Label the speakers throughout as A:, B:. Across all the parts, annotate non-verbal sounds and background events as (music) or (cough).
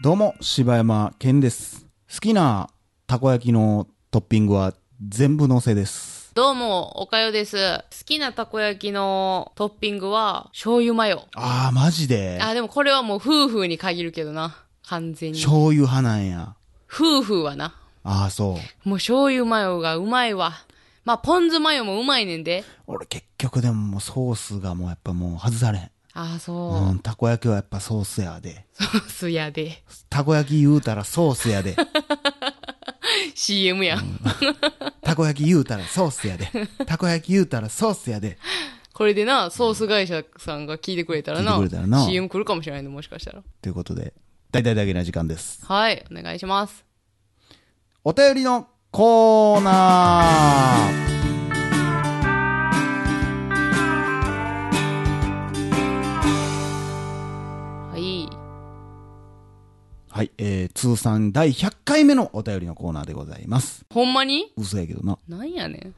A: どうも、柴山健です。好きなたこ焼きのトッピングは全部乗せです。
B: どうも、おかよです。好きなたこ焼きのトッピングは、醤油マヨ。
A: あー、マジで。
B: あ、でもこれはもう夫婦に限るけどな。完全に。
A: 醤油派なんや。
B: 夫婦はな。
A: あー、そう。
B: もう醤油マヨがうまいわ。まあ、ポン酢マヨもうまいねんで。
A: 俺結局でももうソースがもうやっぱもう外されん。
B: ああ、
A: う
B: (laughs) そ
A: ん、たこ焼きはやっぱソースやで。
B: う。ソースやで。
A: たこ焼き言うたらソース (laughs) やで。
B: CM や。
A: たこ焼き言うたらソースや (laughs) で。たこ焼き言うたらソースやで。
B: これでな、ソース会社さんが聞いてくれたらな。
A: 聞いてくれたらな
B: CM 来るかもしれないの、もしかしたら。
A: ということで、大々だけな時間です。
B: はい、お願いします。
A: お便りのコーナー
B: はい。
A: はい、えー、通算第100回目のお便りのコーナーでございます。
B: ほんまに
A: 嘘やけどな。
B: なんやねん。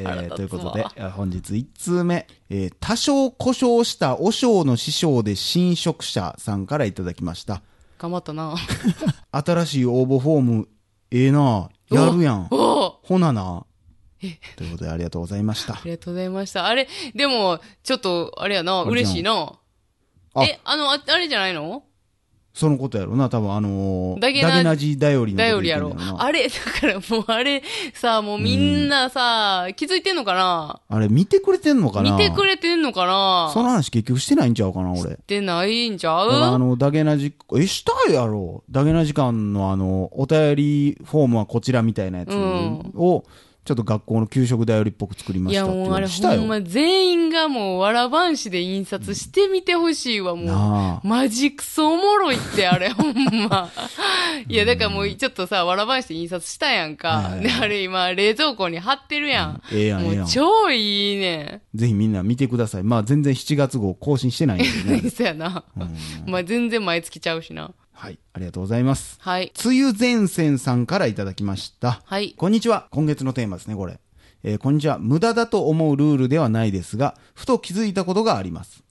A: え
B: (laughs) 腹
A: ー
B: 立つわ
A: ということで、あ本日1通目、えー多少故障した和尚の師匠で新職者さんからいただきました。
B: 頑張ったな。 (laughs)
A: 新しい応募フォーム、ええなやるやん。
B: おお
A: ほなな。ということで、ありがとうございました
B: あ。りがとうございました。あれ、でも、ちょっと、あれや
A: れじゃ
B: な、
A: ん
B: 嬉しいな。
A: あ
B: え、あの、ああれじゃないの
A: そのことやろな、多分あのー、
B: ダゲナ
A: ジダイオリのこと
B: だ
A: 言っ
B: よ
A: てん
B: り
A: だ
B: や
A: ろ
B: ろ
A: う。な。あ
B: あれ、だからもうあれ、さ、もうみんなさ、気づいてんのかな
A: れ見てくれてんのかな
B: 見てくれてんのかな
A: その話結局してないんちゃうかな、俺。
B: ってないんちゃ
A: だからあ
B: う
A: の、ダゲナ時、え、したいやろ。ダゲナ時間のあの、お便りフォームはこちらみたいなやつ
B: うん
A: を、ちょっと学校の給食だよりっぽく作りま
B: い
A: した
B: や
A: っていう
B: もうあれ
A: のした
B: ほ
A: よ。
B: んま全員がもうわらばんしで印刷してみてほしいわ、もう。
A: なあ。
B: マジクソおもろいっ
A: (laughs)
B: て、あれ、ほんま。いや、だからもう、ちょっとさ、わらばんして印刷した
A: は
B: やん
A: いはい
B: か。
A: はい
B: で、あれ今、冷蔵庫に貼ってるやん。
A: ええやん、ええや
B: も
A: ん
B: う。超いいね。
A: ぜひみんな見てください。まあ全然7月号更新してないんで
B: (laughs)
A: ね。
B: そうやな。まあ全然毎月ちゃうしな。
A: はい。ありがとうございます。
B: はい。
A: 梅雨前線さんからいただきました。
B: はい。
A: こんにちは。今月のテーマですね、これ。えーこんにちは。無駄だと思うルールではないですが、ふと気づいたことがあります。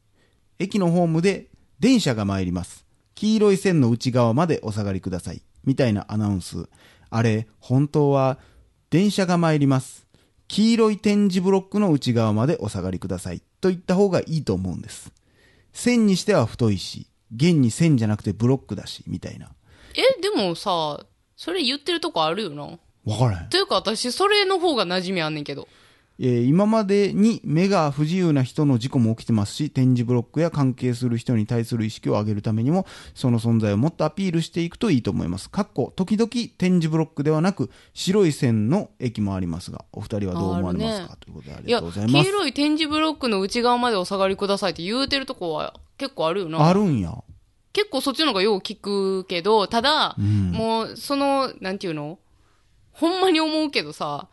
A: 駅のホームで電車が参ります。黄色い線の内側までお下がりください。みたいなアナウンス。あれ、本当は、電車が参ります。黄色い点字ブロックの内側までお下がりください。と言った方がいいと思うんです。線にしては太いし、現に線じゃなくてブロックだし、みたいな。
B: え、でもさ、それ言ってるとこあるよな。
A: わからへん。
B: というか私、それの方が馴染みあんねんけど。
A: えー今までに目が不自由な人の事故も起きてますし点字ブロックや関係する人に対する意識を上げるためにもその存在をもっとアピールしていくといいと思います。かっこ時々点字ブロックではなく白い線の駅もありますがお二人はどう思われますか、
B: あ
A: ということであ
B: い
A: りが
B: や、
A: とうござい
B: 黄
A: ます。
B: 色い点字ブロックの内側までお下がりくださいって言うてるとこは結構あるよな。
A: あるんや。
B: 結構そっちの方がよう聞くけど、ただ、
A: うん。
B: もう、その、なんていうのほんまに思うけどさ、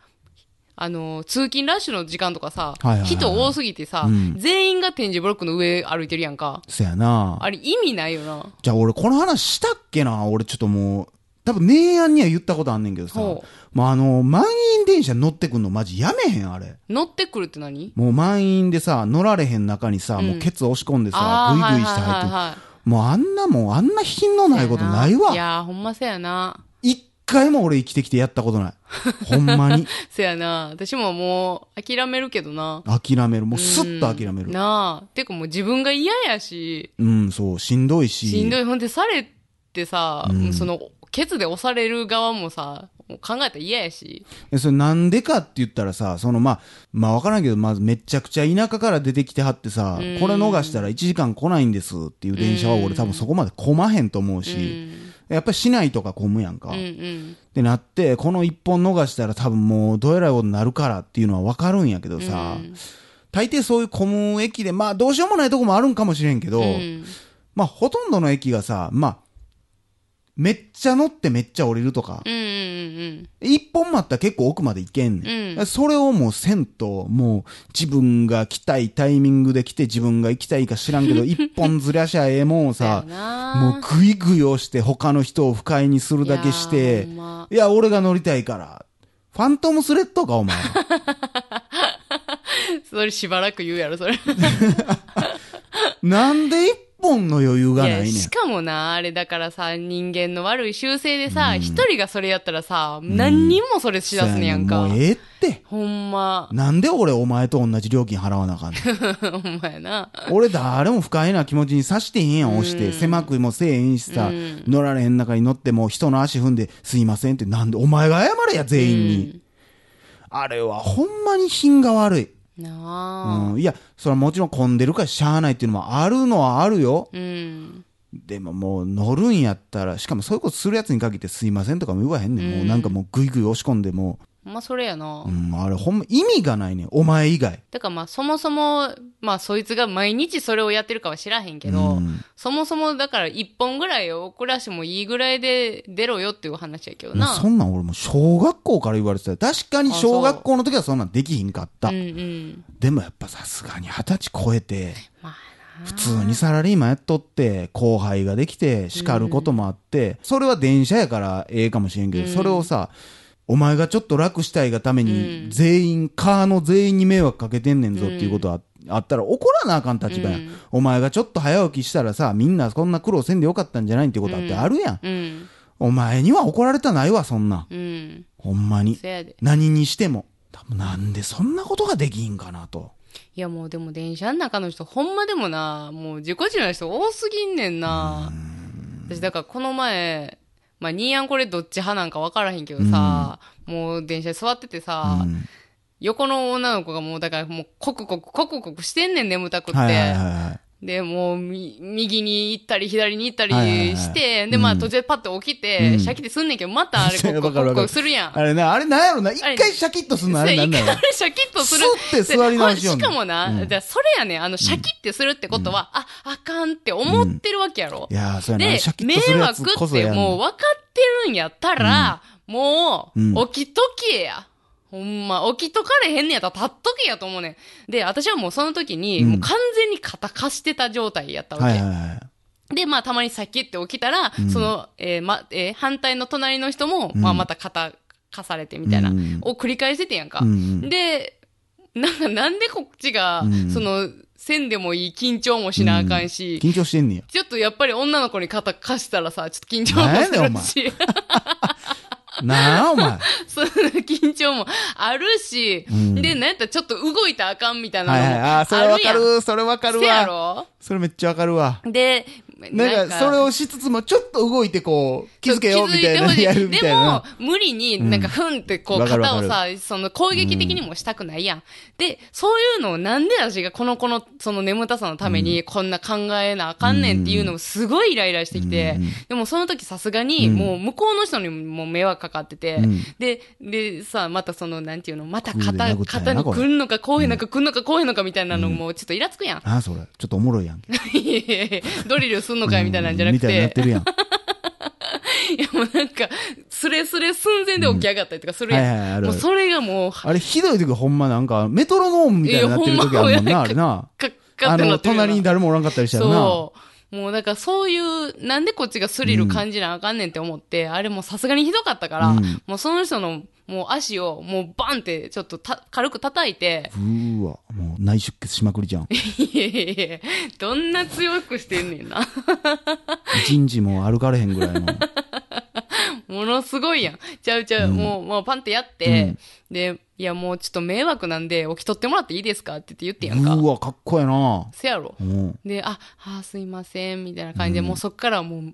B: あの、通勤ラッシュの時間とかさ、
A: はいはいはい
B: 人多すぎてさ、
A: うん
B: 全員が点字ブロックの上歩いてるやんか。
A: そやな。
B: あれ意味ないよな。
A: じゃあ俺この話したっけな俺ちょっともう多分明暗には言ったことあんねんけどさ
B: ほ
A: もうあの満員電車乗ってくんのマジやめへんあれ。
B: 乗ってくるって何
A: もう満員でさ、乗られへん中にさ、
B: うん
A: もうケツ押し込んでさ
B: あ、ー
A: グイグイして入って
B: はいはいはいはい
A: くもうあんなもん、あんな品のないことない
B: い
A: わ。
B: やー、ほんませやな。
A: 一回も俺生きてきてやった
B: (laughs)
A: ことない。ほんまに。
B: せやな。私ももう、諦めるけどな。
A: 諦める。もうスッと諦め
B: うん
A: る。
B: なあ。てかもう自分が嫌やし、
A: うん、そう、しんどいし。
B: しんどい。ほんで、されてさ、
A: うん
B: その、ケツで押される側もさ、もう考えたら嫌やし。
A: えそれなんでかって言ったらさ、そのまあ、まあわからんけど、まずめちゃくちゃ田舎から出てきてはってさ、こ
B: う
A: れ
B: ん
A: 逃したら1時間来ないんですっていう電車は
B: う
A: 俺
B: ん
A: 多分そこまで来まへんと思う
B: う
A: し、
B: ん。
A: やっぱり市内とか混むやんか。
B: うんうん。
A: ってなって、この一本逃したら多分もうどえらいことになるからっていうのはわかるんやけどさ、
B: うん
A: 大抵そういう混む駅で、まあどうしようもないとこもあるんかもしれんけど、
B: うん
A: まあほとんどの駅がさ、まあ、めっちゃ乗ってめっちゃ降りるとか
B: う、んうん
A: 一本待ったら結構奥まで行けんねん。
B: うん
A: それをもうせんと、もう自分が来たいタイミングで来て自分が行きたいか知らん
B: (laughs)
A: けど、一本ずらしゃええもんをさ、もう
B: も
A: グイグイ押して他の人を不快にするだけして、いや、
B: (laughs)
A: 俺が乗りたいから。ファントムスレッドか、お前。
B: それしばらく言うやろ、それ。
A: なんで一本の余裕がない
B: や
A: ねん。
B: しかもな、あれだからさ、人間の悪い習性でさ、一、人がそれやったらさ、何人もそれしだすねやんか。
A: もうええって。
B: ほんま、 (laughs)
A: なんで俺お前と同じ料金払わなあかんねん。
B: ほんまやな。
A: 俺誰も不快な気持ちにさしてへんやん、押して。狭くもせえへんしさ、乗られへん中に乗っても人の足踏んで、すいませんって、なんで、お前が謝れや、全員に。あれはほんまに品が悪い。
B: なあ。
A: うん、いや、それはもちろん混んでるからしゃあないっていうのもあるのはあるよ。
B: うん。
A: でももう乗るんやったら、しかもそういうことするやつに限ってすいませんとかも言わへんねん。もうなんかもうグイグイ押し込んでも
B: ほんまそれやな。
A: う、うん、あれほんま意味がないねん。お前以外。
B: だからまあそもそも、まあそいつが毎日それをやってるかは知らへんけど、
A: うん
B: そもそもだから一本ぐらい遅らしてもいいぐらいで出ろよっていう話やけど
A: もう
B: な。
A: そんなん俺もう小学校から言われてたよ確かに小学校の時はそんなんできひんかった
B: うん。うん。
A: でもやっぱさすがに二十歳超えて、
B: まあな。
A: 普通にサラリーマンやっとって、後輩ができて、叱ることもあって、それは電車やからええかもしれんけど、それをさ、お前がちょっと楽したいがために、全員、カーの全員に迷惑かけてんねんぞっていうことは、あったら怒らなあかん立場やん,、
B: うん
A: お前がちょっと早起きしたらさ、みんなそんな苦労せんでよかったんじゃないってことだってあるやん。
B: うん。
A: お前には怒られたないわ、そんなん。
B: うん。
A: ほんまに。
B: そやで。
A: 何にしても。多分なんでそんなことができんかなと。
B: いやもうでも電車の中の人ほんまでもな、もう自己中な人多すぎんねんな。私だからこの前、まあニーヤンこれどっち派なんかわからへんけどさ、もう電車に座っててさ、
A: うん
B: 横の女の子がもうだからもうコクコクコクコクしてんねん眠たくって。
A: はいはいはいはい。
B: で、もうみ、右に行ったり、左に行ったり
A: はいはいはい
B: して、
A: うん
B: で、まあ、途中でパッと起きて、
A: うん
B: シャキってすんねんけど、またあれ、
A: そ
B: コ
A: う
B: クコク
A: わかる
B: コ
A: わかる
B: クコクするやん。
A: あれな、あれなんやろな、一
B: れ
A: 回シャキッとすんのあれなんだろ
B: そう一回 (laughs) シャキッとする。
A: スッて座り直しよんねん
B: でほんしかもな、
A: うん
B: じゃあそれやねん、あの、シャキッてするってことは、あ、あかんって思ってるわけやろ。
A: いやー、そうやな、
B: で
A: シャ、キッ
B: 迷
A: とするや
B: 惑
A: つこ
B: っ
A: そや
B: て
A: ん
B: もう分かってるんやったら、も
A: うん
B: う、起きとけや。ほんま、起きとかれへんねやったら立っとけやと思うねん。で、私はもうその時に、
A: うん
B: もう完全に肩貸してた状態やったわけ。
A: はいはいはい。
B: で、まあ、たまにさっきって起きたら、
A: うん
B: その、えーま、えー反対の隣の人も、
A: うん
B: まあ、また肩、貸されてみたいな、
A: うん
B: を繰り返しててやんか。
A: うんうん
B: で、なんか、なんでこっちが、
A: うん
B: その、せんでもいい緊張もしなあかんし、
A: 緊張してんねや。
B: ちょっとやっぱり女の子に肩貸したらさ、ちょっと緊
A: なんやねん
B: 張もするし、 (laughs)
A: なあ、お前。
B: その緊張もあるし、
A: ん
B: で、なんやったらちょっと動いたらあかんみたいな
A: はい
B: の
A: はい。あー、それ
B: もあ
A: わ
B: るや
A: か
B: ん。
A: る、それわかる
B: せや
A: わ。
B: ろ
A: それめっちゃわかるわ。
B: で、
A: なんか、それをしつつも、ちょっと動いてこう、気づけよ、みたい
B: ほ
A: な、
B: し (laughs)
A: やるみたい
B: でも
A: な。、
B: 無理に、なんか、ふんって、こう、
A: わかる
B: 肩
A: わか
B: を
A: る
B: さ、その、攻撃的にもしたくないやん。で、そういうのを、なんで私がこの子の、その眠たさのために、こんな考えなあかんねんっていうのを、すごいイライラしてきて、でも、その時さすがに、もう、向こうの人にも迷惑かかってて、
A: うん
B: で、で、さ、またその、なんていうの、また
A: グーで
B: 肩、
A: 殴ったん
B: 肩
A: やな
B: に
A: これ
B: 来んのか、こうへんのか、来んのか、こうへんのか、みたいなのも、ちょっとイラつくやん。 (laughs)
A: あー、それ。ちょっとおもろいやんけ。
B: いやいやいやドリルすんのかよみたいなんじゃなく
A: みたいにな
B: て
A: っ、てるやん。
B: いやもうなんか、スレスレ寸前で起き上がったりとかするやん。
A: はいはいあるある
B: もうそれがもう、は
A: あれ、ひどい時ほんまなんか、メトロノームみたいになってる時あるもん
B: いやほん
A: な、
B: ま
A: あれな。
B: かっか
A: あ
B: ってな
A: の、
B: ってるよな
A: 隣に誰もおらんかったりしたらな。
B: そう。もうだからそういう、なんでこっちがスリル感じなあかんねんって思って、あれもうさすがにひどかったから、
A: うん
B: もうその人のもう足をもうバンってちょっとた軽く叩いて、
A: うーわ、もう内出血しまくりじゃん。
B: いやいやいや、どんな強くしてんねんな。
A: 一日もう歩かれへんぐらいの。
B: ものすごいやん。ちゃうちゃう、もう、もうパンってやって、で、いやもうちょっと迷惑なんで起き取ってもらっていいですかって言って言ってんやん
A: うー
B: か。
A: わ、かっこええな。
B: せやろ。
A: うん。
B: で、あ、あーすいません、みたいな感じで、もうそっからはもう、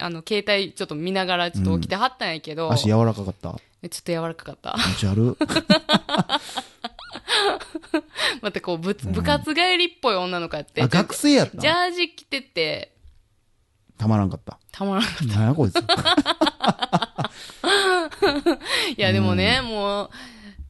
B: あの、携帯ちょっと見ながらちょっと起きてはったんやけど、
A: 足
B: ちょっ
A: 柔らかかった。
B: と柔らかかった。 (laughs)
A: 気持ち悪。
B: またこう、ぶつ、部活帰りっぽい女の子や (laughs) って、
A: あ、学生やっ
B: ジ
A: た。
B: ャージ着てて、
A: たまらんかった。
B: たまらん。い
A: なんやこい
B: (laughs)
A: つ。
B: や、でもね、も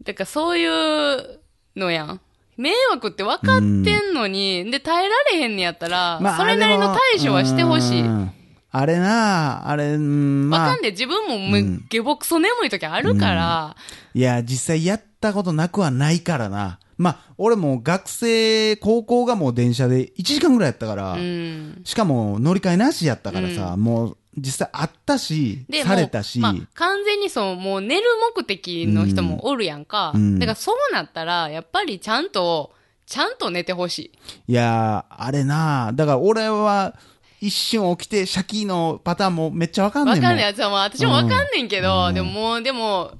B: う、だからそういうのやん。迷惑って分かってんのに、で、耐えられへんねやったら、それなりの対処はしてほしい。
A: う
B: わ
A: んあれなあ、あれ、うんま
B: か
A: あ
B: ん、で、自分もむ、下僕クソ眠い時あるから、
A: いや、実際やったことなくはないからな。まあ、俺も学生、高校がもう電車で1時間ぐらいやったから
B: う、ん
A: しかも乗り換えなしやったからさ、もう実際あったし、
B: で、
A: されたし、
B: もうまあ、完全にそう、もう寝る目的の人もおるやんか。
A: うん
B: だからそうなったら、やっぱりちゃんと、ちゃんと寝てほし
A: い
B: い。
A: やー、あれなーだから俺は、一瞬起きて、シャキのパターンもめっちゃわかんね
B: わ
A: ん
B: かん
A: も
B: なんいやつは、まあ、私もわかんねんけど、
A: うん
B: でももう、でも、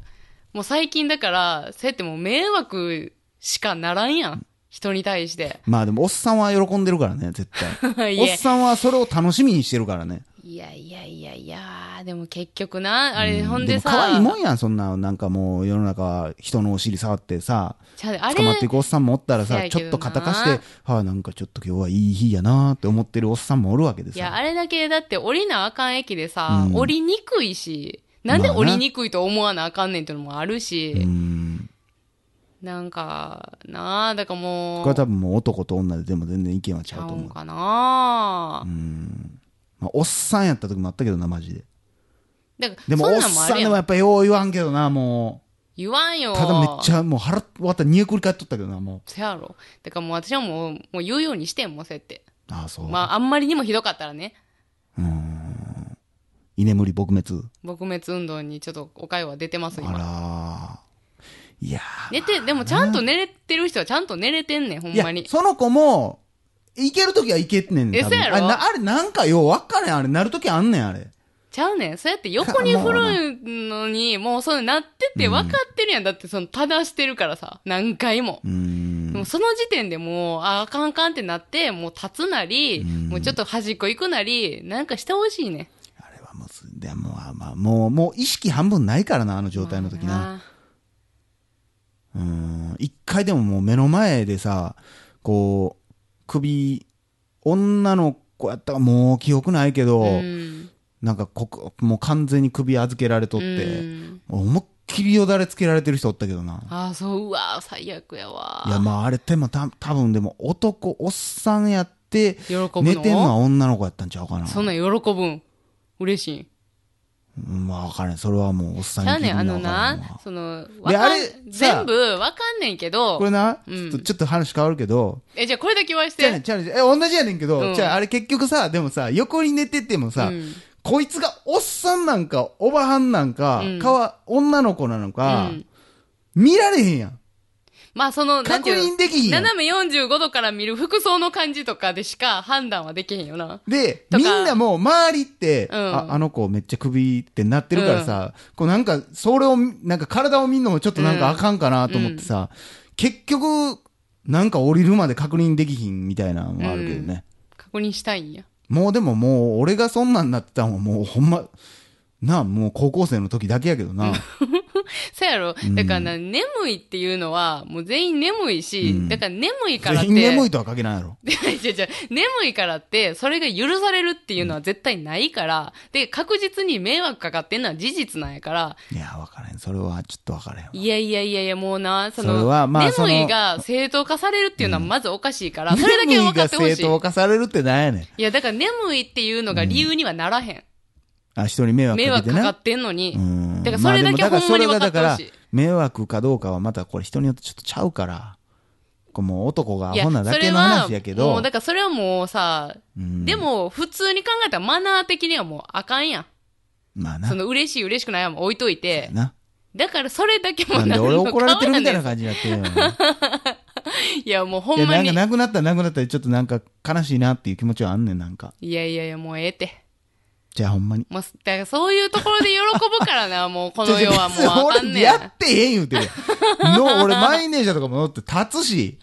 B: もう最近だから、そうやってもう迷惑しかならんやん。人に対して。 (laughs)
A: まあでも、おっさんは喜んでるからね、絶対。
B: い
A: お
B: え
A: っさんはそれを楽しみにしてるからね。
B: いやいやいやいや、でも結局な、あれ、ほんでさ、
A: も可愛いもんやん、そんな、なんかもう世の中は人のお尻触ってさ、
B: ちゃうあれ
A: 捕まっていくおっさんもおったら
B: せ
A: さ、
B: や
A: ち
B: け
A: ょっ
B: ど
A: と
B: な
A: 肩貸して、はあ、なんかちょっと今日はいい日やなーって思ってるおっさんもおるわけで
B: いや、
A: さ。
B: あれだけだって降りなあかん駅でさ、
A: うん
B: 降りにくいし、なんで
A: まあな
B: 降りにくいと思わなあかんねんっていうのもあるし、
A: うん。
B: なんか、なあ、だからもう、
A: これ多分もう男と女ででも全然意見は
B: ち
A: 違
B: ゃ
A: うと
B: う
A: 思
B: ん
A: う。
B: かなあ、
A: まあ、おっさんやった時もあったけどな、マジで。
B: だから
A: でも、
B: そん
A: おっ
B: なんもあ
A: さん
B: る
A: で
B: や
A: も
B: ん。
A: やっぱよう言わんけどな、も
B: 言わんよ。
A: う。ただめっちゃ、もう腹割ったら煮えくり返っとったけどな、もう。
B: そやろ。だからもう私はもう、もう言うようにしてんもん、そうやって。
A: ああ、そう。
B: まあ、あんまりにもひどかったらね、
A: 居眠り撲滅。
B: 撲滅運動にちょっとお会は出てます、
A: あ
B: 今。
A: らー。いやー。
B: 寝て、でもちゃんと寝れてる人はちゃんと寝れてんねん、ほん
A: いや
B: まに。
A: その子も、いけるときはいけんねん。
B: え
A: 多分
B: そうやろ
A: あれなあれなんかよう分からへん。あれ、なるときあんねん、あれ。
B: ちゃうねん。そうやって横に振るの
A: (laughs)
B: に、もうそうなってて分かってるやん。だってその、正してるからさ、何回も。
A: うーん。
B: でもその時点でもう、あ、あかんあかんってなって、もう立つなり、
A: うん
B: もうちょっと端っこ行くなり、なんかしてほしいね。
A: あれはもうす、でも、まあまあ、もう、もう意識半分ないからな、あの状態の時な。
B: ま
A: うーん。一回でももう目の前でさ、こう、首、女の子やったかもう記憶ないけど、
B: あな。うん。
A: なんかこく、もう完全に首預けられとって、
B: うん
A: もう思いっきりよだれつけられてる人おったけどな。
B: ああ、そう、うわー最悪やわー。
A: いや、まああれってもた多分でも男、おっさんやって、
B: 喜ぶの
A: 寝てんのは女の子やったんちゃうかな。
B: そんなん喜ぶん。嬉しい。
A: うん、まあ分からん。それはもうおっさん
B: ち
A: に
B: ゃ
A: 聞
B: う
A: い
B: ね
A: て
B: ん、あ
A: みな
B: の
A: 分からん
B: な
A: わ、。
B: その、わ
A: であ
B: か
A: れ
B: ん、
A: さ
B: 全部わかんねんけど
A: こ、れな、
B: うん
A: ちょっとちょっと話変わるけど、
B: え、じゃあこれだけ言わし
A: じゃあね
B: て。
A: ん、じゃあねん、え、同じやねんけど、
B: うん
A: じゃああれ結局さ、でもさ、横に寝ててもさ、
B: うん
A: こいつがおっさんなんか、おばはんなんか、
B: うん
A: かわ、女の子なのか、
B: うん
A: 見られへんやん。
B: まあその、なん
A: 確
B: ていう
A: 認
B: の
A: できひんやん。
B: 斜め45度から見る服装の感じとかでしか判断はできへんよな。
A: で、
B: とか
A: みんなもう周りって、
B: うん
A: あ、あの子めっちゃ首ってなってるからさ、こうなんか、それを、なんか体を見るのもちょっとなんかあかんかなと思ってさ、結局、なんか降りるまで確認できひんみたいなのもあるけどね。
B: 確認したいんや。
A: もうでももう、俺がそんなんなってたのはもうほんま、なあ、もう高校生の時だけやけどな。
B: そうやろ。だからな、眠いっていうのは、もう全員眠いし、
A: うん
B: だから眠いからって。
A: 全員
B: (laughs)
A: 眠いとは限らんやろ。
B: いやいや眠いからって、それが許されるっていうのは絶対ないから、で、確実に迷惑かかってんのは事実なんやから、
A: いや、わからへん。それはちょっとわからへん。
B: いやいやいやいや、もうな、その、
A: それはまあその
B: 眠いが正当化されるっていうのはまずおかしいから、それだけ分かってほ
A: 眠いが
B: し
A: 正当
B: い。
A: 化されるってなんやねん。
B: いや、だから眠いっていうのが理由にはならへん。
A: あ、人に迷惑
B: 迷
A: かけ
B: 惑
A: てな。
B: かかってんのに。
A: うん
B: だからそれだけ
A: まあでも
B: ほんまに
A: だからそれがだから
B: 分かってほしい
A: 迷惑かどうかはまたこれ人によってちょっとちゃうから。これもう男がア
B: いや
A: ホなだけの話やけ
B: それはも
A: ど
B: う、だ。からそれはもうさ、
A: うん
B: でも普通に考えたらマナー的にはもうあかんやん。
A: まあな
B: そ。の嬉しい嬉しくないはもう置いといて。
A: な。
B: だからそれだけも
A: なんで俺
B: の
A: 怒られてるみたい
B: 顔
A: な
B: やね
A: 感じになって
B: (laughs)
A: るよ。
B: んいやもうほ
A: い
B: ん
A: や、
B: ま
A: なん
B: に
A: か。なくなったらなくなったでちょっとなんか悲しいなっていう気持ちはあんねん、なんか。
B: いやいやいやもうええって。
A: じゃあほんまに。
B: もう、だからそういうところで喜ぶか
A: (laughs)
B: らな、もうこの世はも
A: ちょちょ
B: うあか
A: 別に俺
B: んねん。
A: やってへん言う
B: (laughs)
A: てるやん。の、俺満員電車とかも乗って立つし。
B: (laughs)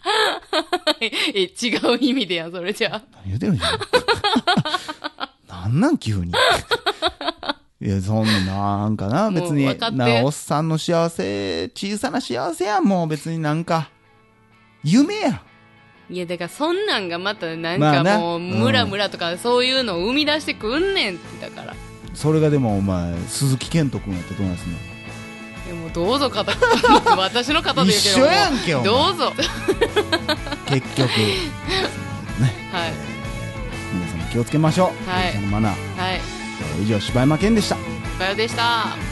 B: え、違う意味でやん、それじゃあ。
A: 何言うてるん (laughs) じゃん。なんなん急に。いや、そんな、なんかな、
B: もう
A: 別に
B: 分かっ、て
A: な、おっさんの幸せ、小さな幸せやん、もう別になんか、夢や。
B: いや、だからそんなんがまたなん
A: まあな
B: かもう、ムラムラとかそういうのを生み出してくんねんって、だから。
A: それがでも、お前、鈴木健人君やったらどうなんすね。
B: いやもうどうぞ肩、 (laughs) 私の肩で言うけ
A: 一緒
B: ど。
A: やんけお前
B: どうぞ。
A: 結局、ね、
B: はい。
A: 皆さんも気をつけましょう。
B: は
A: 電
B: い
A: 車のマナー。
B: はい。
A: 以上、柴山健でした。
B: バヨでした。